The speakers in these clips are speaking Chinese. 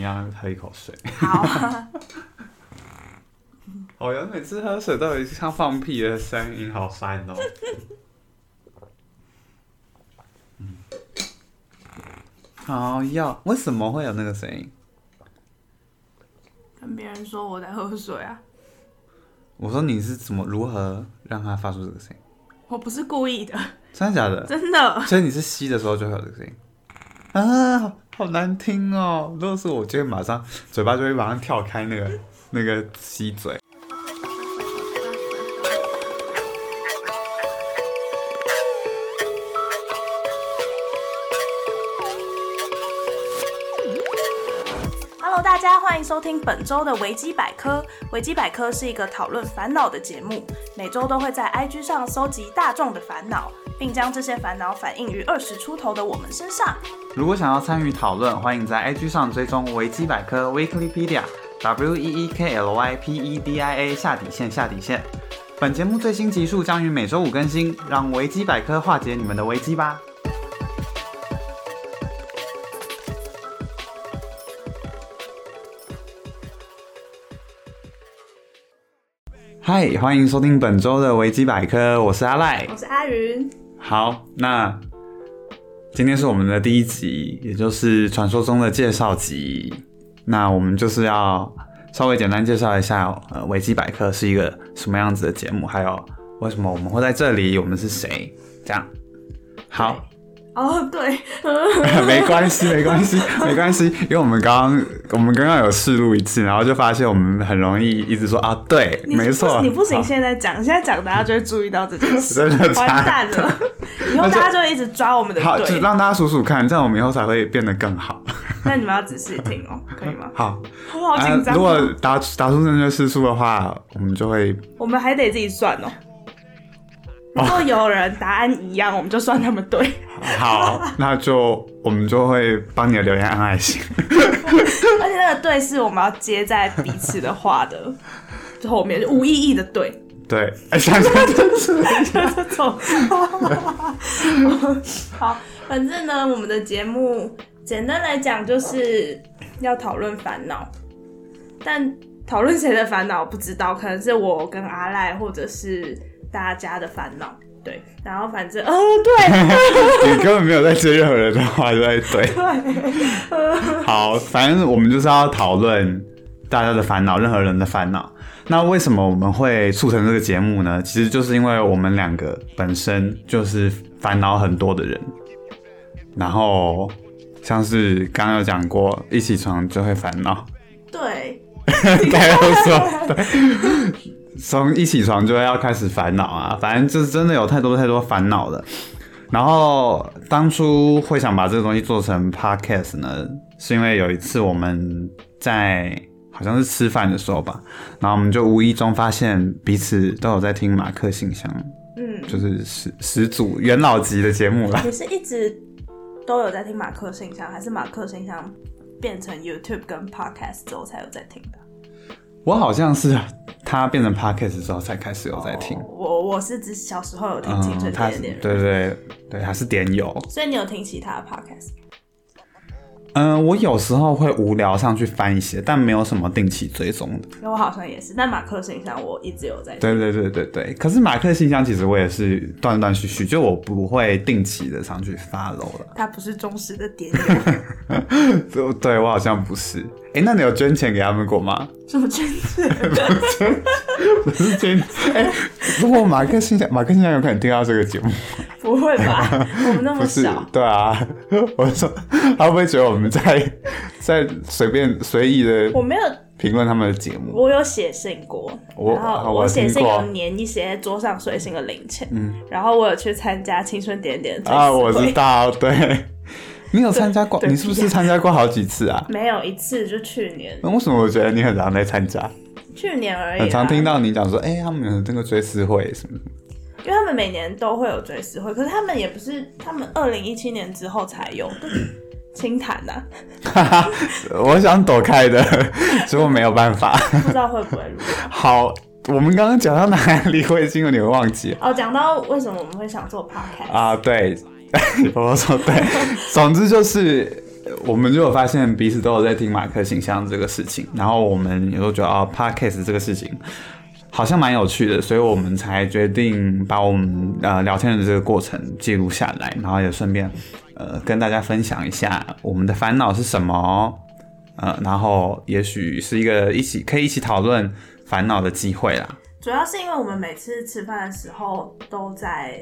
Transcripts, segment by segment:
要喝一口水。好，好呀，哦每次喝水都有像放屁的声音，好烦哦。嗯，好要为什么会有那个声音？ 跟别人说我在喝水啊，我说你是怎么如何让它发出这个声音？我不是故意的，真的假的？真的。所以你是吸的时候就会有这个声音啊，好好难听哦。如果是我，就会马上嘴巴就会马上跳开那个那个吸嘴。 Hello，大家欢迎收听本周的维基百科。维基百科是一个讨论烦恼的节目，每周都会在 IG 上搜集大众的烦恼，并将这些烦恼反映于二十出头的我们身上。如果想要参与讨论，欢迎在 IG 上追踪维基百科 Wikipedia W E E K L Y P E D I A 下底线下底线。本节目最新集数将于每周五更新，让维基百科化解你们的危机吧。嗨，欢迎收听本周的维基百科，我是阿赖。我是阿云，好，那今天是我们的第一集，也就是传说中的介绍集。那我们就是要稍微简单介绍一下，呃，维基百科是一个什么样子的节目，还有为什么我们会在这里，我们是谁，这样。好， 哦、对，没关系， 没关系，没关系，因为我们刚刚我们刚刚有试录一次，然后就发现我们很容易一直说啊，对，你没错，你不行，好现在讲，现在讲，大家就会注意到这件 事，真的假的完 蛋了，以后大家就会一直抓我们的好，就对。让大家数数看，这样我们以后才会变得更好。那你们要仔细听哦，可 以吗？好，我好紧呃张、啊如哦果答答出正确次数的话，我们就会我们还得自己算哦。如果有人答案一样，我们就算他 们对。 好，那就我们就会帮你的留言按爱心。而且那个对是我们要接在彼此的话 的后面，就无意义的对，对，哎，想想真是就是这种。 好，反正呢，我们的节目简单来讲就是要讨论烦恼，但讨论谁的烦恼不知道，可能是我跟阿赖，或者是大家的烦恼。对，然后反正，嗯、对你根本没有在接任何人的话，就在对。对， 好，反正我们就是要讨论大家的烦恼，任何人的烦恼。那为什么我们会促成这个节目呢？其实就是因为我们两个本身就是烦恼很多的人，然后像是刚刚有讲过，一起床就会烦恼。对， 该要说，对，从一起床就要开始烦恼啊，反正就是真的有太多太多烦恼了。然后当初会想把这个东西做成 podcast 呢，是因为有一次我们在好像是吃饭的时候吧，然后我们就无意中发现彼此都有在听马克信箱，嗯，就是始始祖元老级的节目啦。你是一直都有在听马克信箱，还是马克信箱变成 YouTube 跟 Podcast 之后才有在听的？ 我好像是它变成 podcast 之后才开始有在听，哦我我是指小时候有听青春它点是点对人，对对对，它是点友。所以你有听其他的 Podcast？嗯，我有时候会无聊上去翻一些，但没有什么定期追踪的。因为我好像也是，但马克信箱我一直有在听。对对对对对。可是马克信箱其实我也是断断续续，就我不会定期的上去发楼了。他不是忠实的点友，对，对我好像不是。哎、那你有捐钱给他们过吗？什么真是？不是捐。哎、如果马克信箱，马克信箱有可能听到这个节目，不会吧？我们那么不是小？，对啊。 我说他会不会觉得我们在在随便随意的我没有，评论他们的节目？我有写信过，我然后我写信听过嗯有粘一些桌上随行的零钱，然后我有去参加青春点点的追啊，思我会知道，对。你有参加过？对你是不是参加过好几次啊？没有一次，就去年，那为什么我觉得你很常在参加？去年而已。很常听，到你讲说，哎、他们有这个追思会什么什么？因为他们每年都会有追思会，可是他们也不是，他们二零一七年之后才有的。 清谈呐、啊哈哈，我想躲开的， 结果没有办法。不知道会不会录。好，我们刚刚讲到哪里？我已经有点忘记了哦，讲到为啊 什么我们会想做 podcast，、啊。对，我说对，总之就是我们就有发现彼此都有在听马克形象这个事情，然后我们也都觉得啊，podcast 这个事情好像蛮有趣的，所以我们才决定把我们呃聊天的这个过程记录下来，然后也顺便呃跟大家分享一下我们的烦恼是什么，呃，然后也许是一个一起可以一起讨论烦恼的机会啦。主要是因为我们每次吃饭的时候都在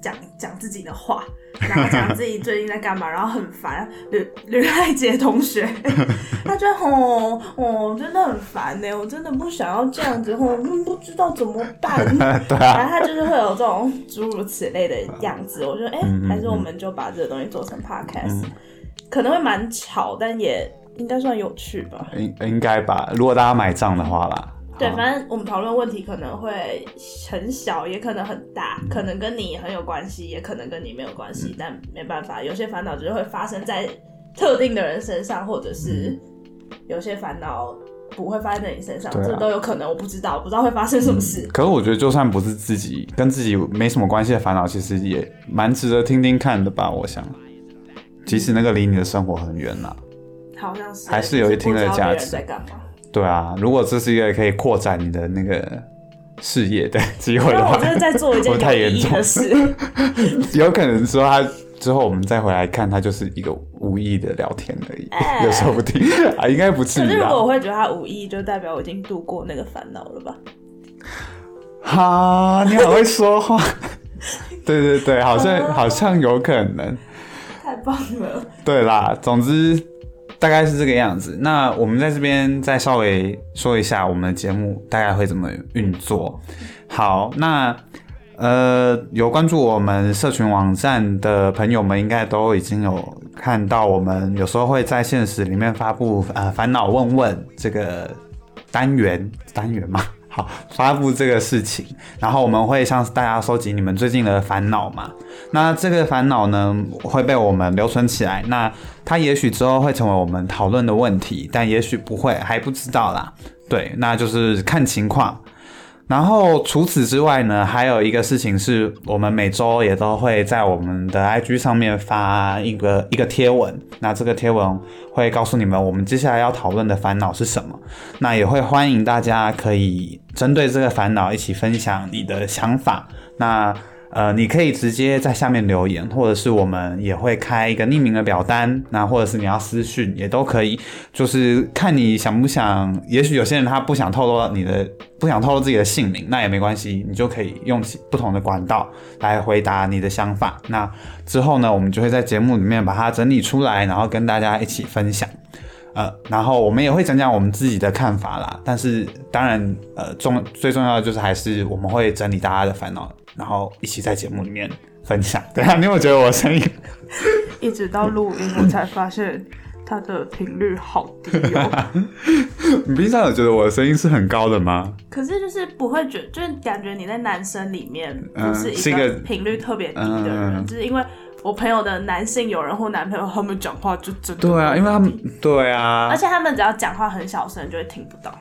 讲讲自己的话，然后讲自己最近在干嘛，然后很烦吕吕爱杰同学， 他觉得哦哦真的很烦呢，我真的不想要这样子，哦嗯不知道怎么办，对啊，反正他就是会有这种诸如此类的样子。我觉得哎、嗯还是我们就把这个东西做成 podcast，、可能会蛮吵，但也应该算有趣吧。应应该吧，如果大家买账的话啦。对，好反正我们讨论问题可能会很小，也可能很大，可能跟你很有关系，也可能跟你没有关嗯系，但没办法，有些烦恼就是会发生在特定的人身上，或者嗯是有些烦恼不会发生在你身上，对啊嗯这都有可能。我不知道，我不知道会发生什么事。可是我觉得，就算不是自己跟自己没什么关系的烦恼，其实也蛮值得听听看的吧。我想，即使那个离你的生活很远啦、好像是还是有一定的不知道别价人值在干嘛？对啊，如果这是一个可以扩展你的那个事业的机会因为的我话，就是在做一我件太有严意义重的 事。 有可能说他之后我们再回来看，他就是一个无意的聊天而已，哎有时候不定啊，应该不至可是于如啦果。我会觉得他无意义，就代表我已经度过那个烦恼了吧？哈，你好会说话。 对对对，好像好像有可能。太棒了！对啦，总之大概是这个样子。那我们在这边再稍微说一下我们的节目大概会怎么运作。好，那呃，有关注我们社群网站的朋友们，应该都已经有看到我们有时候会在现实里面发布呃烦恼问问这个单元单元嘛。好，发布这个事情，然后我们会向大家收集你们最近的烦恼嘛。那这个烦恼呢，会被我们留存起来。那它也许之后会成为我们讨论的问题，但也许不会，还不知道啦。对，那就是看情况。然后除此之外呢，还有一个事情是我们每周也都会在我们的 IG 上面发一个一个贴文，那这个贴文会告诉你们我们接下来要讨论的烦恼是什么。那也会欢迎大家可以针对这个烦恼一起分享你的想法。那呃，你可以直接在下面留言，或者是我们也会开一个匿名的表单，那或者是你要私讯也都可以，就是看你想不想。也许有些人他不想透露你的，不想透露自己的姓名，那也没关系，你就可以用其不同的管道来回答你的想法。那之后呢，我们就会在节目里面把它整理出来，然后跟大家一起分享。呃，然后我们也会讲讲我们自己的看法啦。但是当然，呃，重最重要的就是还是我们会整理大家的烦恼，然后一起在节目里面分享。 对啊，你有没有觉得我的声音？ 一直到录音，我才发现它的频率好低 哦。你平常有觉得我的声音是很高的吗？可是就是不会觉就是感觉你在男生里面嗯不是是一一个个频率特别低的人，嗯就是因为我朋友的男性友人或男朋友，他们讲话就真的，对啊，因为他们对啊而，且他们只要讲话很小声，就会听不到。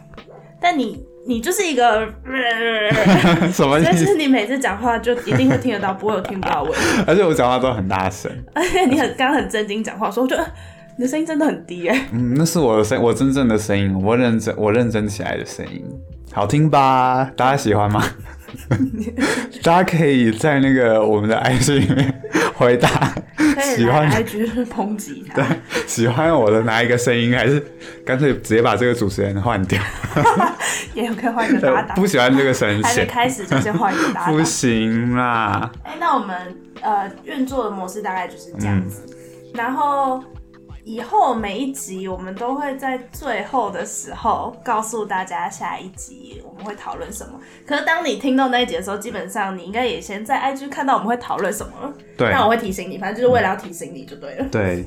但你你就是一个， 什么意但思？是你每次讲话就一定会听得到，不会有听不到的问题。而且我讲话都很大声。而且你很刚刚很震惊讲话的时候，我觉得呃你的声音真的很低哎、 嗯，那是我的声，我真正的声音，我认真，我认真起来的声音，好听吧？大家喜欢吗？ 大家可以在那个我们的 IG 里面回答，可以喜欢来 IG 抨击他。 喜欢我的哪一个声音，还是干脆直接把这个主持人换掉？也可以换一个搭 档。不喜欢这个声还没线，开始就先换一个搭档不。行啦。哎、那我们呃运作的模式大概就是这样子，嗯然后。以后每一集我们都会在最后的时候告诉大家下一集我们会讨论什么。可是当你听到那一集的时候，基本上你应该也先在 IG 看到我们会讨论什么了。对那我会提醒你，反正就是为了要提醒你就对了。对，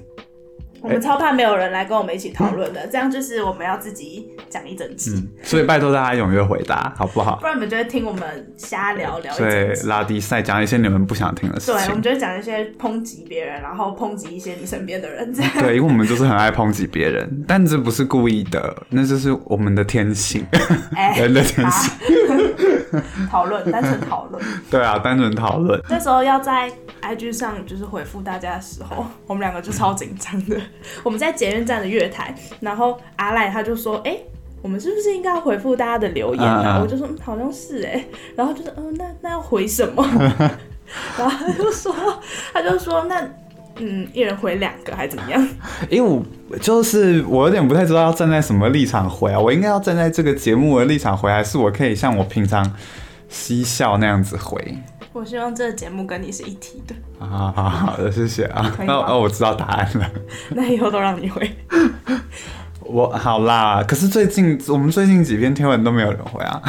我们超怕没有人来跟我们一起讨论的，这样就是我们要自己讲一整集，嗯，所以拜托大家踊跃回答，好不好不？然你们就会听我们瞎聊聊一整对，集。拉迪赛讲一些你们不想听的事对，我们情。就会讲一些抨击别人，然后抨击一些你身边的人，这样对，因为我们就是很爱抨击别人，但 这不是故意的，那就是我们的天性，哎，人的天性。啊讨论，单纯讨论。对啊，单纯讨论。那时候要在 IG 上就是回复大家的时候， 我们两个就超紧张的。 我们在捷运站的月台，然后阿赖他就说：“哎、我们是不是应该要回复大家的留言啊？”嗯嗯我就说：“嗯，好像是哎、然后就是：“嗯、那那要回什么？” 然后他就说：“他就说那嗯，一人回两个还怎么样？ 因为我就是我有点不太知道要站在什么立场回啊，我应该要站在这个节目的立场回，还是我可以像我平常嬉笑那样子回？我希望这个节目跟你是一体的， 啊，好好好的，谢谢啊可。以那吗 我哦，我知道答案了。那以后都让你 回。我好啦，可是最近我们最近几篇贴文都没有人回啊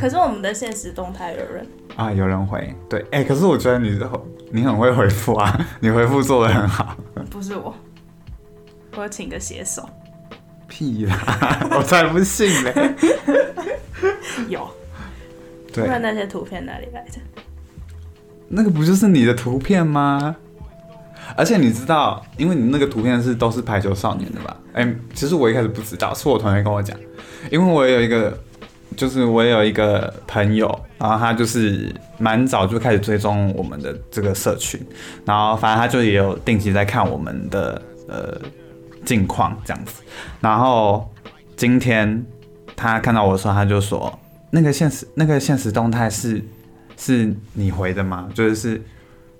可是我们的现实动态有人啊，有人回对，哎、可是我觉得你你很会回复啊，你回复做的很好。不是我，我请个写手，屁啦， 我才不信嘞。有，对，那那些图片哪里来的？那个不就是你的图片吗？而且你知道，因为你那个图片是都是排球少年的吧？哎、其实我一开始不知道，是我同学跟我讲，因为我有一个，就是我有一个朋友，然后他就是蛮早就开始追踪我们的这个社群，然后反正他就也有定期在看我们的呃近况这样子，然后今天他看到我的时候，他就说那个现实那个现实动态是是你回的吗？就是是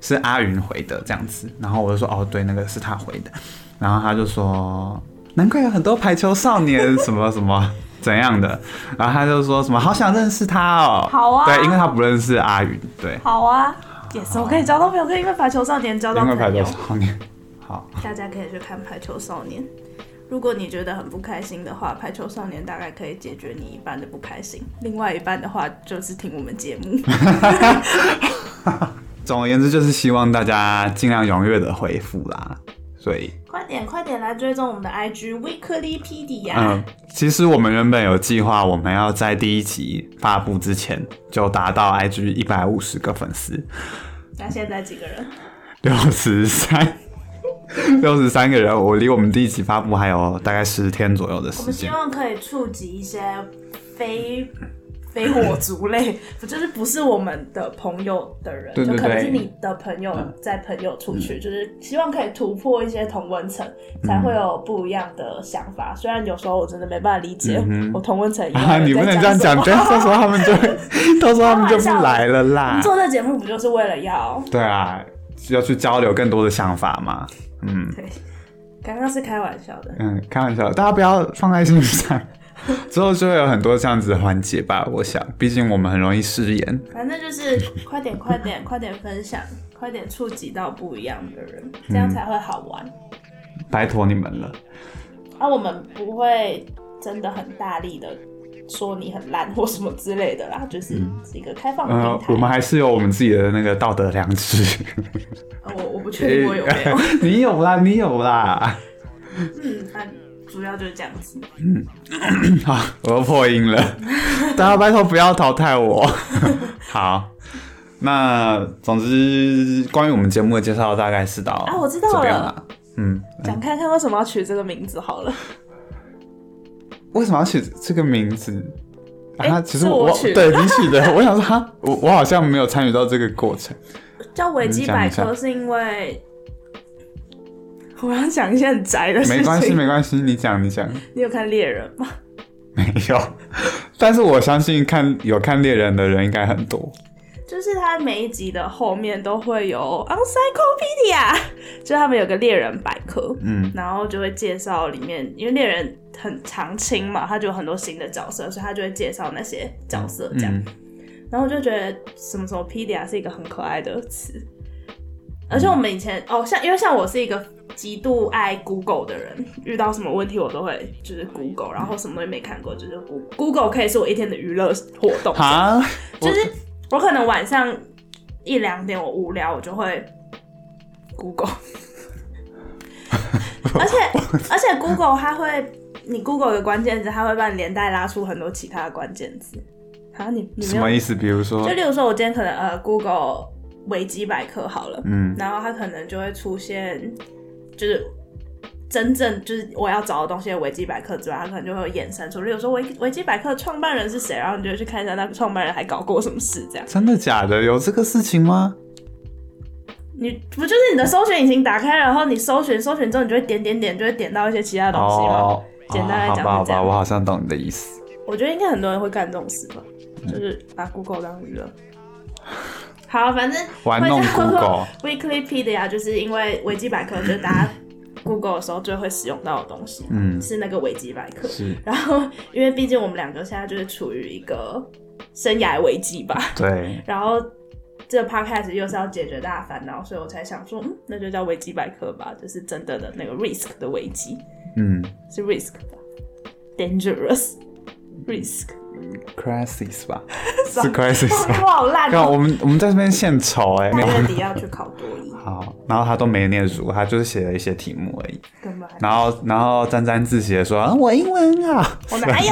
是阿云回的这样子。然后我就说哦，对，那个是他回的。然后他就说，难怪有很多排球少年什么什么怎样的。然后他就说什么好想认识他哦，好啊对，因为他不认识阿云，对，好啊，也是我可以交到朋友，可以因为排球少年交到因为排朋球友。少年。好，大家可以去看排球少年。如果你觉得很不开心的话，排球少年大概可以解决你一半的不开心，另外一半的话就是听我们节目。 总而言之就是希望大家尽量踊跃的回复啦。所以快点，快点来追踪我们的 IG Weekly Pedia。嗯，其实我们原本有计划，我们要在第一集发布之前就达到 IG 一百五十个粉丝，那现在几个人？六十三， 六十三个人。我离我们第一集发布还有大概十天左右的我时们希间。望可以触及一些非非火族类， 不就是不是我们的朋友的人，对对就可能是对嗯你的朋友在朋友出去，就是希望可以突破一些同温层，才会有不一样的想法。虽然有时候我真的没办法理解嗯哼我同温层以啊，外的你人在什么、不能这样讲，这样到时候他们就会， 到时候他们就不来了我啦 们。做这节目不就是为了要？对啊，要去交流更多的想法嘛。嗯对，刚刚是开玩笑的。嗯，开玩笑，大家不要放在心上。 之后就会有很多这样子的环节吧，我想，毕竟我们很容易失言。反正就是快点，快点，快点分享，快点触及到不一样的人，嗯这样才会好玩。拜托你们了。啊，我们不会真的很大力的说你很烂或什么之类的啦，就是是一个开放的平嗯呃台。，我们还是有我们自己的那个道德良知。呃我我不确定我有没有， 你有啦，你有 啦。嗯， 那主要就是这样子。嗯好，我又破音了，大家拜托不要淘汰我。 好，那总之关于我们节目的介绍大概是到啊我知道这边了啦。嗯，讲看看为什么要取这个名字好了，为什么要取这个名字？诶啊，其哎是实我我取的对你取的，我想说哈，我我好像没有参与到这个过 程。叫维基百嗯讲科一是因为。我要讲一些很宅的事情。没关系，没关系，你讲，你讲。 你有看猎人吗？没有，但是我相信看有看猎人的人应该很 多。就是它每一集的后面都会有 Encyclopedia，就是 他们有个猎人百科，嗯，然后就会介绍里面，因为猎人很常青嘛，他就有很多新的角色，所以他就会介绍那些角色这样。嗯，然后我就觉得什么什么 pedia 是一个很可爱的词，而嗯且我们以前哦，像因为像我是一个极度爱 Google 的人，遇到什么问题我都会就是 Google，然后什么东西没看过就是 Google Google 可以是我一天的娱乐活动，哈，就是我可能晚上一两点我无聊，我就会 Google，而且而且 Google 它会，你 Google 的关键字，它会帮你连带拉出很多其他的关键字。啊，你你什么没有？意思？比如说就，例如说，我今天可能呃 Google 维基百科好了，嗯然后它可能就会出现就是真正就是我要找的东西的维基百科之外，它可能就会有衍生出，例如说维维基百科的创办人是谁，然后你就去看一下那个创办人还搞过什么事，这样真的假的？有这个事情吗？你不就是你的搜寻引擎打开，然后你搜寻搜寻之后，你就会点点点，就会点到一些其他东西吗？哦，简单来哦讲好吧，好是这吧，样我好像懂你的意思。我觉得应该很多人会干这种事吧，嗯就是把 Google 当娱乐。好，反正玩弄会叫 Google Wikipedia 就是因为维基百科，就是大家 Google 的时候最会使用到的东西，嗯是那个维基百科。是，然后，因为毕竟我们两个现在就是处于一个生涯危机吧，对，然后这 podcast 又是要解决大家烦恼，所以我才想说，嗯，那就叫维基百科吧，就是真的的那个 risk 的危机，嗯是 risk 吧，dangerous risk。 ，crisis 吧， 是 crisis 哇， 吧？好烂看哦！我们我们在这边献丑哎、下月底要去考多一，好，然后他都没念书，他就是写了一些题目而已。根本还然后然后沾沾自喜的说、啊我英文很好，我哪有？？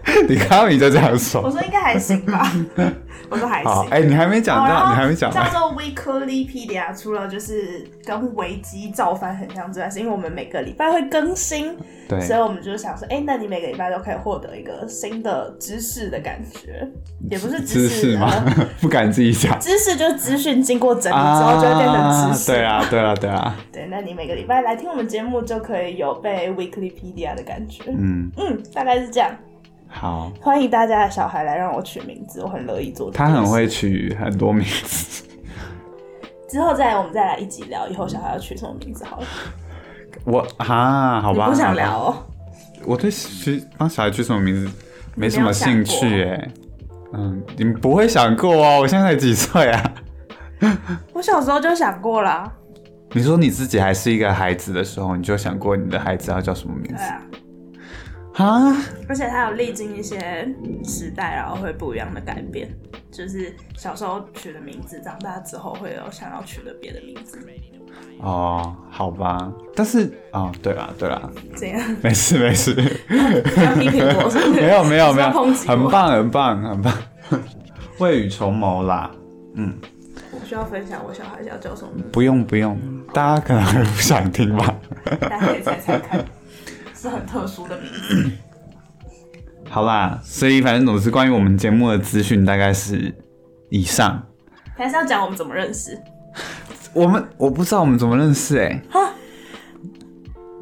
你看到你就这样我说。说应该还行吧， 我说还好，行。哎、你还没讲好到，然后你还没讲叫到。做 Wikipedia，除了就是跟维基造反很像之外，是因为我们每个礼拜会更新，对，所以我们就想说，哎、那你每个礼拜都可以获得一个新的知识的感觉，也不是知识吗呃？ 不敢自己讲。 知识就是资讯经过整理之后就会变成知啊识。对啊，对啊，对啊。对，那你每个礼拜来听我们节目，就可以有被 Wikipedia 的感觉。嗯，嗯，大概是这样。好，欢迎大家的小孩来让我取名字，我很乐意做。他很。会取很多名 字。之后再我们再来一集聊，以后小孩要取什么名字好了。我哈，好你吧，不想好吧聊哦？我对取帮小孩取什么名字没什么兴趣哎、嗯，你们不会想过啊？我现在才几岁啊？我小时候就想过啦。你说你自己还是一个孩子的时候，你就想过你的孩子要叫什么名对字啊，啊？而且它有历经一些时代，然后会不一样的改变。就是小时候取的名字，长大之后会有想要取的别的名字，哦，好吧，但是哦，对啦，对啦，这样没事没 事，要批评我是不 是没有没有没有，是要抨击我很棒很棒很棒，未雨绸缪啦，我需要分享我小孩要叫什么名字，不用不用，大家可能还不想听吧。大家可以猜猜看，是很特殊的名字。好啦，所以反正总之关于我们节目的资讯大概是以上。还是要讲我们怎么认识？我们我不知道我们怎么认识哎、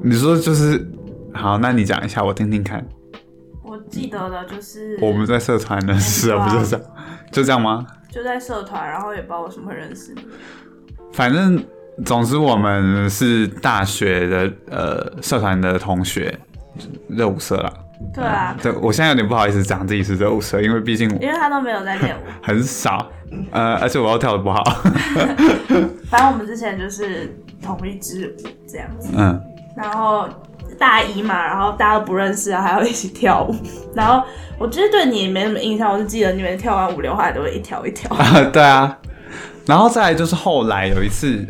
你说就是好，那你讲一下我听听看。我记得的就是我们在社团认识的，嗯不就这样？就这样吗？就在社团，然后也不知道为什么会认识你。反正总之我们是大学的呃社团的同学，热舞社啦。对啊，对，我现在有点不好意思讲自己是热舞社，因为毕竟我因为他都没有在练舞。很少，呃，而且我又跳的不好。 反正我们之前就是同一支舞这样子，嗯， 然后大一嘛，然后大家都不认识啊，还要一起跳舞。然后我其实对你也没什么印象，我就记得你每次跳完舞刘海都会一条 一条。啊，对啊，然后再来就是后来有一次，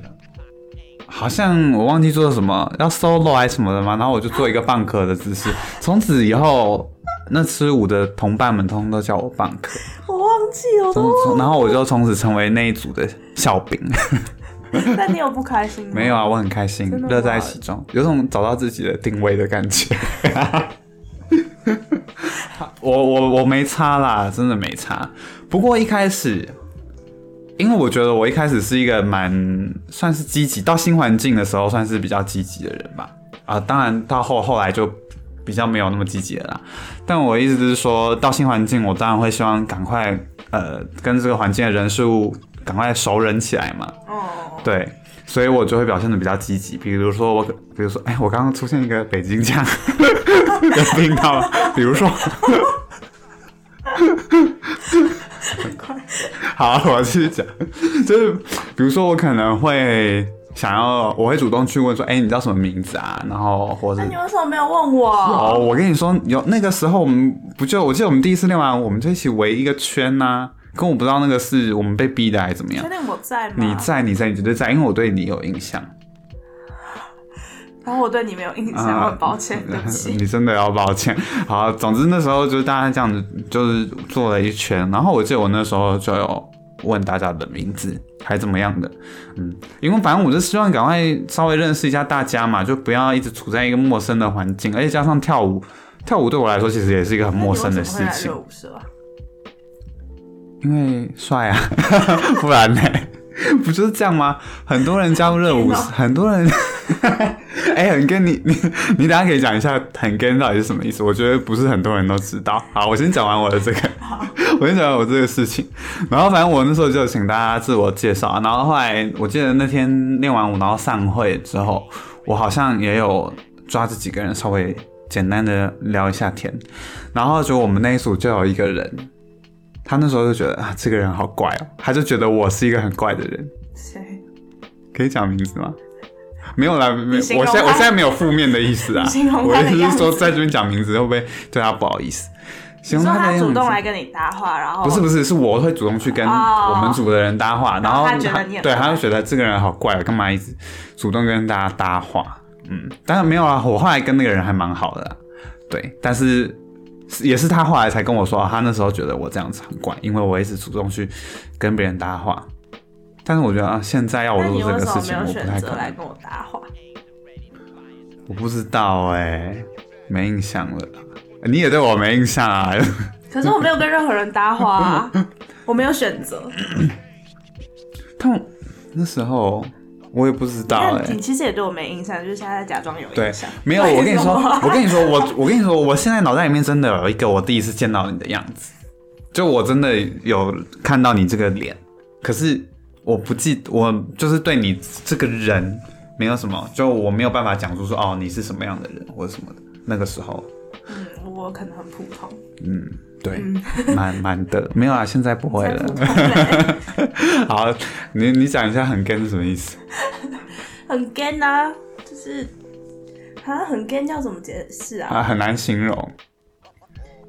好像我忘记做什么要 solo 还是什么的嘛，然后我就做一个蚌壳的姿势，从此以后那吃舞的同伴们通通都叫我蚌壳，我忘记了我从都，从然后我就从此成为那一组的笑柄。但你有不开心吗？没有啊，我很开心真的，吗乐在其中，有种找到自己的定位的感觉。 我我我没差啦，真的没差。不过一开始，因为我觉得我一开始是一个蛮算是积极，到新环境的时候算是比较积极的人吧。啊，当然到后后来就比较没有那么积极了啦。但我的意思是说，到新环境，我当然会希望赶快呃跟这个环境的人事物赶快熟人起来嘛。哦，对，所以我就会表现的比较积极。比如说我，比如说，哎，我刚刚出现一个北京腔，有听到吗？比如说，好，我继续讲，就是比如说我可能会想要，我会主动去问说，哎，你叫什么名字啊？然后或者那你为什么没有问我？哦，我跟你说，有那个时候我们不就，我记得我们第一次练完，我们就一起围一个圈呐、跟我不知道那个是我们被逼的还是怎么样确。定我在吗？你在，你在，你绝对在，因为我对你有印象。然后我对你没有印象，啊我很抱歉，对不起。 你真的要抱歉。好，总之那时候就是大家这样子，就是做了一圈，然后我记得我那时候就有问大家的名字，还怎么样的。嗯，因为反正我就希望赶快稍微认识一下大家嘛，就不要一直处在一个陌生的环境，而且加上跳舞，跳舞对我来说其实也是一个很陌生的事那你为什情么会来热，舞社啊？因为帅啊， 不然呢？ 不就是这样吗？很多人加入热舞，天哪很多人。 哎、很跟你你你等一下可以讲一下很跟到底是什么意思？我觉得不是很多人都知道。好，我先讲完我的这个， 我先讲完我这个事情。然后反正我那时候就请大家自我介绍，啊然后后来我记得那天练完舞，然后散会之后，我好像也有抓这几个人稍微简单的聊一下天，然后就我们那一组就有一个人，他那时候就觉得啊这个人好怪哦，他就觉得我是一个很怪的人，谁？可以讲名字吗？没有啦，没，我你形容现在我他现在没有负面的意思啊你形，容我他的意思样是子说在这边讲名字会不会对他不好意思？形你容说的他样主子动来跟你搭话，然后不是不是，是我会主动去跟哦我们组的人搭话，哦然然后后他觉得你很对，怪他就觉得这个人好怪，干嘛一直主动跟大家搭话？嗯，当然没有啊，我后来跟那个人还蛮好的啊、对，但是是也是他后来才跟我说，啊他那时候觉得我这样子很怪，因为我一直主动去跟别人搭话。但是我觉得啊，现在要我那做你这个为什事么没情，有我不太选择可来能。跟我搭话？我不知道哎、没印象了啦。你也对我没印象啊？可是我没有跟任何人搭 话啊，我没有选择。但 那时候我也不知道哎、但你其实也对我没印象，就是现在假装有对印象。，没有，我跟你说为什么，我跟你说，我我跟你说，我现在脑袋里面真的有一个我第一次见到你的样子，就我真的有看到你这个脸，可是我不记，我就是对你这个人没有什么，就我没有办法讲出说哦你是什么样的人或者什么的。那个时候，嗯，我可能很普通，对，蛮蛮的，没有啊，现在不会很了普。通嘞，好，你你讲一下很跟是什么意思？很 gay 啊，就是好像很 gay 要怎么解释啊？啊，很难形容。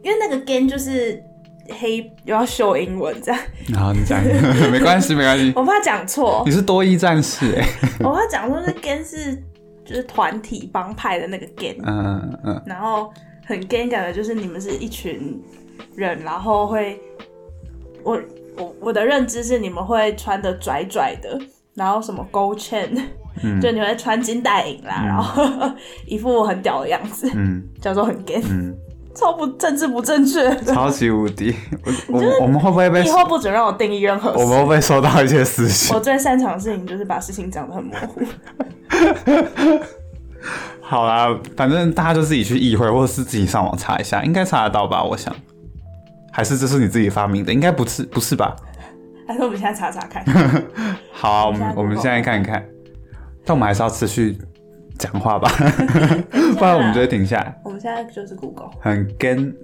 因为那个 gay 就是黑，又要秀英文这样，好，你讲一 下，没关系，没关系。 我怕讲错你，是多一战士哎、我怕讲错，是 gay 是就是团体帮派的那个 gay，嗯嗯。然后很 gay 感的就是你们是一群人，然后会，我我我的认知是你们会穿的拽拽的，然后什么勾 chain，、就嗯 你们会穿金戴银啦，然后 一副很屌的样子，嗯 叫做很 gay，嗯 超不政治不正确的。 超级无敌。我我我们会不会被以后不准让我定义任何我事。们会不会收到一些私信我？最擅长的事情就是把事情讲得很模糊。 好啦，反正大家就自己去议会，或者是自己上网查一下，应该查得到吧？我想，还是这是你自己发明的？应该不是，不是吧？还是我们现在查查 看，好啊、我现们在我们 Google 现在看一看，但我们还是要持续讲话 吧，不然我们就会停下来。我们现在就是 Google。很跟，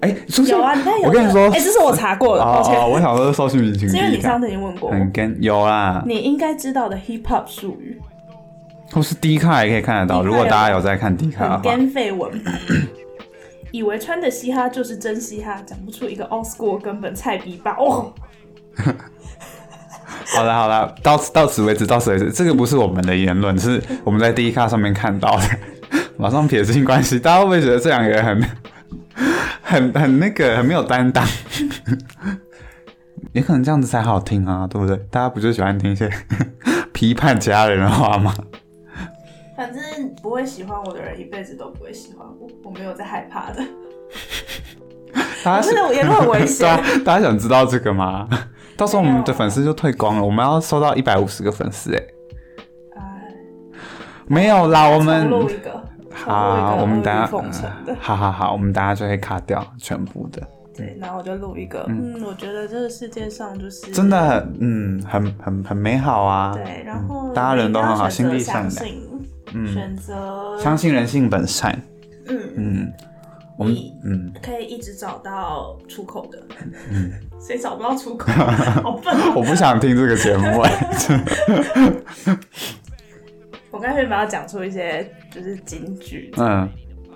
哎、是不是？有啊，你看有。我跟你说，哎、这是我查过的，哦抱歉。哦，我想说是搜寻引擎是因为第你一看上次已经问过我很，跟有啦，你应该知道的 hip hop 术语，或是 D 卡也可以看得到。 D 卡如果大家有在看 D 卡的很话，干绯闻。 以为穿的嘻哈就是真嘻哈，讲不出一个 old school 根本菜逼吧哦。好了好了，到此到此为止，到此为止。这个不是我们的言论，是我们在第一卡上面看到的。 马上撇清关系，大家会不会觉得这两个人很、很、很那个、很没有担当？ 也可能这样子才好听啊，对不对？大家不就喜欢听一些 批判其他人的话吗？反正不会喜欢我的人一辈子都不会喜欢我，我没有在害怕的。大家 真是的言论很危对 险啊啊。，大家想知道这个吗？到时候我们的粉丝就退光了，我们要收到一百五十个粉丝哎、哎没有啦，我们重录一个，重录一个好，我们等阿下谀奉承的呃。好好好，我们等下就会卡掉全部的，对，然后我就录一个。嗯，我觉得这个世界上就是真的很嗯，很很很美好啊。对，然后大家人都很好我们一定要心地善良嗯选择相信，选择相信人性本善。嗯嗯，我们你嗯，可以一直找到出口的。 谁找不到 出口？好笨哦！我不想听这个节目哎、 我刚才有没有要讲出一些就是金句？嗯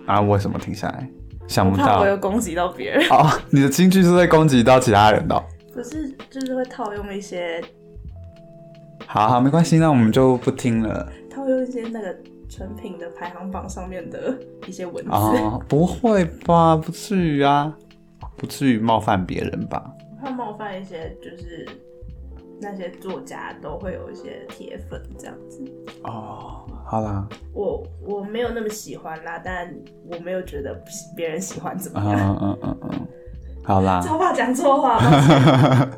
啊，为什么停下来？想我不怕到我有攻击到别人，哦，你的金句是在攻击到其他人的哦、不是就是会套用一些好好，没关系，那我们就不听了套用一些那个成品的排行榜上面的一些文字。哦，不会吧？不至于啊，不至于冒犯别人吧？怕冒犯一些就是那些作家都会有一些铁粉这样子。哦，好啦，我我没有那么喜欢啦，但我没有觉得不喜别人喜欢怎么嗯样。嗯嗯嗯，好啦，超怕讲错话，抱歉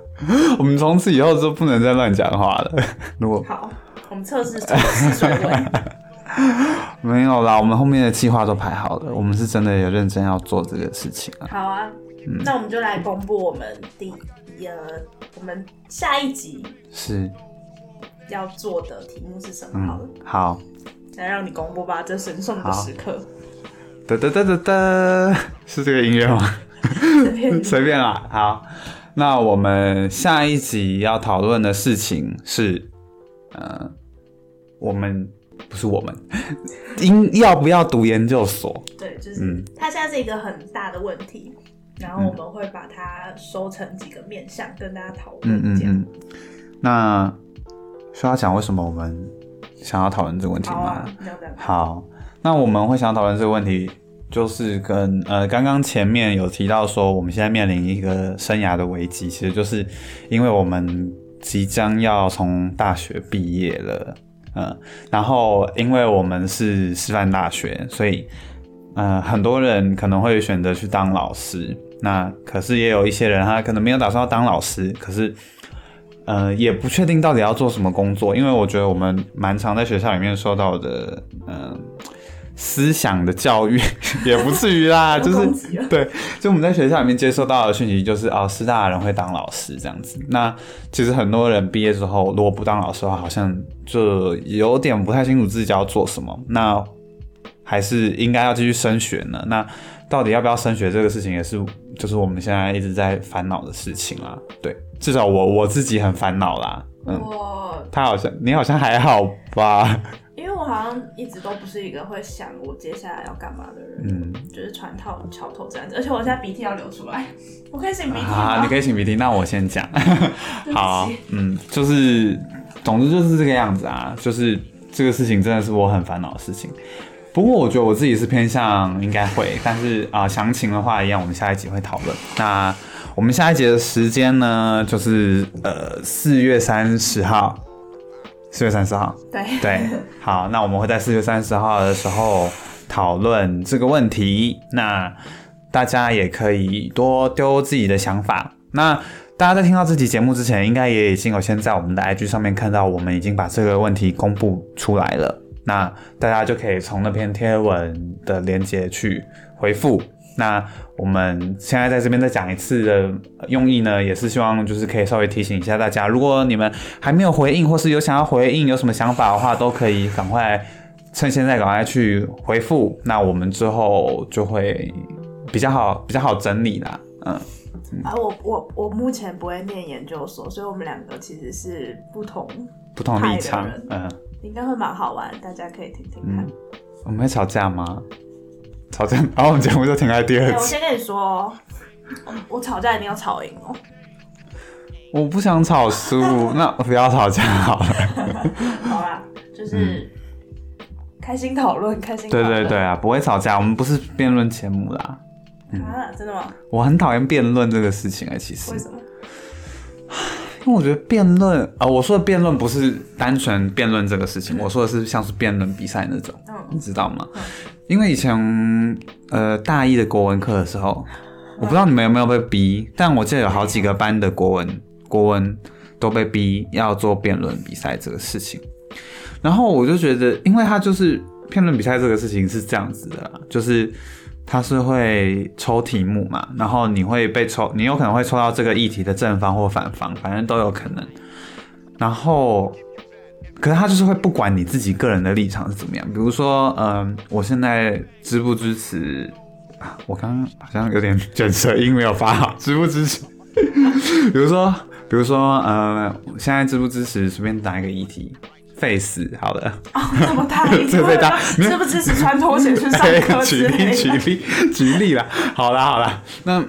我们从此以后就不能再乱讲话 了。如果好，我们测试测试水 温。没有啦，我们后面的计划都排好了，我们是真的有认真要做这个事情啊。好啊，那我们就来公布我们第呃，我们下一集是，要做的题目是什么？好了嗯，，好，来让你公布吧，这神圣的好时刻，哒哒哒哒哒， 是这个音乐吗？ 随便你随便啦，好，那我们下一集要讨论的事情是，呃，我们不是我们， 应要不要读研究所？对，就是、嗯它现在是一个很大的问题，然后我们会把它收成几个面向跟大家讨嗯论嗯这样。嗯。那需要讲为什么我们想要讨论这个问题好吗啊？，这样这样。好，那我们会想讨论这个问题，就是跟呃刚刚前面有提到说，我们现在面临一个生涯的危机，其实就是因为我们即将要从大学毕业了，嗯，然后因为我们是师范大学，所以呃很多人可能会选择去当老师，那可是也有一些人他可能没有打算要当老师，可是。呃，也不确定到底要做什么工作，因为我觉得我们蛮常在学校里面受到的，嗯、思想的教育也不至于啦，就攻击是了对，就我们在学校里面接收到的讯息就是，哦，师大的人会当老师这样子。那其实很多人毕业之后，如果不当老师的话，好像就有点不太清楚自己要做什么。那还是应该要继续升学呢？那到底要不要升学这个事情，也是就是我们现在一直在烦恼的事情啦。对，至少我我自己很烦恼啦。嗯，我他好像你好像还好吧？因为我好像一直都不是一个会想我接下来要干嘛的人，嗯就是船套桥头这样子，而且我现在鼻涕要流出来， 我可以擤鼻 涕啊，吗？你可以擤鼻涕，那我先讲。对不起好，嗯，就是，总之就是这个样子啊，就是这个事情真的是我很烦恼的事情。不过我觉得我自己是偏向应该会，但是啊、详情的话一样，我们下一集会讨论。那我们下一节的时间呢，就是呃四月三十号，四月三十号，对对，好，那我们会在四月三十号的时候讨论这个问题。那大家也可以多丢自己的想法。那大家在听到这期节目之前，应该也已经有先在我们的 IG 上面看到，我们已经把这个问题公布出来了。那大家就可以从那篇贴文的链接去回复。那我们现在在这边再讲一次的用意呢，也是希望就是可以稍微提醒一下大家，如果你们还没有回应，或是有想要回应、有什么想法的话，都可以赶快趁现在赶快去回复。那我们之后就会比较好、比较好整理啦。嗯，啊，我我我目前不会念研究所，所以我们两个其实是不同，不同立场派的人，嗯，应该会蛮好玩，大家可以听听看。我们会吵架吗？吵架，然后我们节目就停在第哎、二我集。先跟你说哦，我我吵架一定要吵赢哦。我不想吵输，那不要吵架好了。好啦，就是、开心讨论，开心讨对论。嗯对对啊，不会吵架，我们不是辩论节目啦。啊，真的吗？我很讨厌辩论这个事情哎、其实为什么？因为我觉得辩论啊、呃我说的辩论不是单纯辩论这个事情，我说的是像是辩论比赛那种，你嗯，知道吗嗯？因为以前呃大一的国文课的时候，我不知道你们有没有被逼，但我记得有好几个班的国文国文都被逼要做辩论比赛这个事情，然后我就觉得，因为它就是辩论比赛这个事情是这样子的啦，就是。它是会抽题目嘛，然后你会被抽，你有可能会抽到这个议题的正方或反方，反正都有可能。然后，可是他就是会不管你自己个人的立场是怎么样，比如说，嗯、我现在支不支持？啊我刚刚好像有点卷舌音没有发好，支不支持？ 比如说，比如说，呃，现在支不支持？随便打一个议题，废死，好了。这么大一这个啊被大，没有支不支持穿拖鞋去上课举之例 类举的？ 例举例啦，好啦好啦，那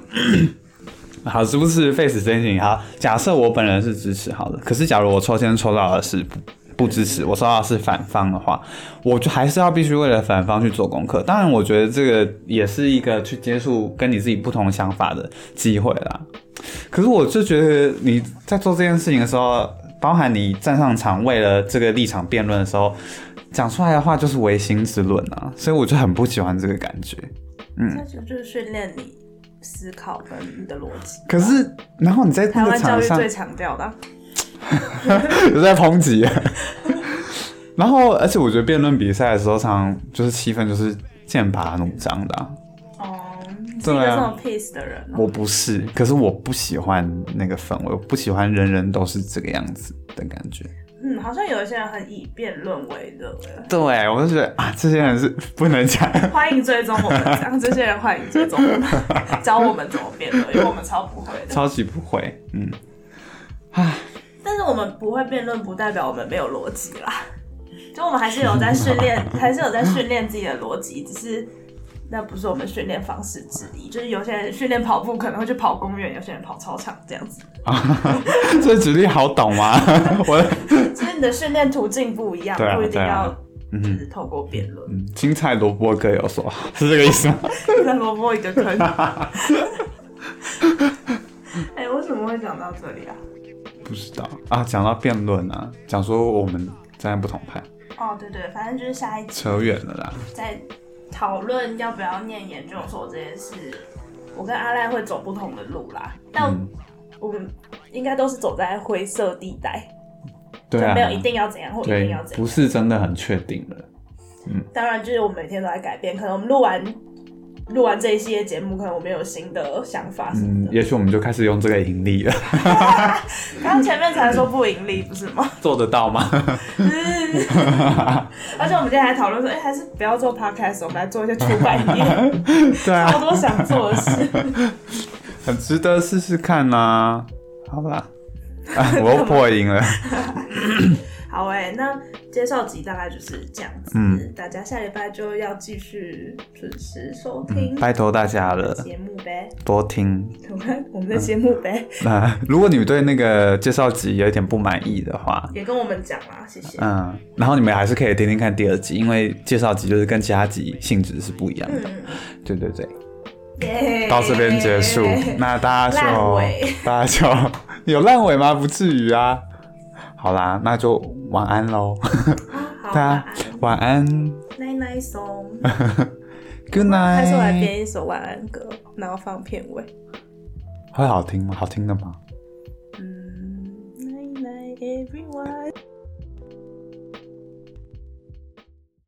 好是不是 face 真情？好，假设我本人是支持好的，可是假如我抽签抽到的是不不支持，我抽到的是反方的话，我就还是要必须为了反方去做功课。当然，我觉得这个也是一个去接触跟你自己不同想法的机会啦。可是我就觉得你在做这件事情的时候，包含你站上场为了这个立场辩论的时候，讲出来的话就是唯心之论啊，所以我就很不喜欢这个感觉。这就就是训练你思考跟你的逻辑。可是，然后你在台 那个湾教场育上，最强调的啊， 有在抨击。然后，而且我觉得辩论比赛的时候，常常就是气氛就是剑拔弩张的啊、哦，你是对一啊个这种 peace 的人哦、我不是，可是我不喜欢那个氛围，我不喜欢人人都是这个样子的感觉。嗯，好像有一些人很以辩论为乐耶。对，我就觉得啊，这些人是不能讲。 欢迎追踪我们，这样这些人欢迎追踪我们， 教我们怎么辩论，因为我们超不会的。超级不会，嗯，但是我们不会辩论，不代表我们没有逻辑啦。 就我们还是有在训 练，还是有在训练自己的逻辑，只是那不是我们训练方式之一。就是有些人训练跑步可能会去跑公园，有些人跑操场这样子，这举例好懂吗？ 我就是你的训练途径不一样，对啊不一定对啊要就是透过辩论。 哎嗯 青菜萝卜各有所好，是这个意思吗？再萝卜一个坑。哎、为什么会讲到这里啊？不知道啊，讲到辩论啊，讲说我们站在不同派，哦，对对，反正就是下一集扯远了啦。在讨论要不要念研究所这件事，我跟阿赖会走不同的路啦，嗯但我们应该都是走在灰色地带，对啊，就没有一定要怎样或一定对要，怎不样。是真的很确定了。当然，就是我们每天都在改变，可能我们录完录完这一系列节目，可能我们有新的想法什么嗯，的。也许我们就开始用这个盈利了，刚、前面才说不盈利，不是 吗？ 做得到吗？而且我们今天还讨论说，哎、还是不要做 podcast，我们来做一些出版业， 对好啊，多想做的事。很值得试试看呐、好吧， 啊，我又破音了。好诶、那介绍集大概就是这样子，嗯大家下礼拜就要继续准时收听嗯拜嗯托大家了，节目呗，多听。我们我们的节目呗，那如果你们对那个介绍集有一点不满意的话，也跟我们讲啦，谢谢。嗯，然后你们还是可以听听看第二集，因为介绍集就是跟其他集性质是不一样的。嗯，对对对， 耶到这边结哎束，那大家烂就尾大家就有烂尾吗？不至于啊。好啦，那就晚安喽，啊 好，大晚家安，晚安奶奶松， ，Good 还是我来 night。编一首晚安歌，然后放片尾。会好听吗？好听的吗？嗯，night night everyone。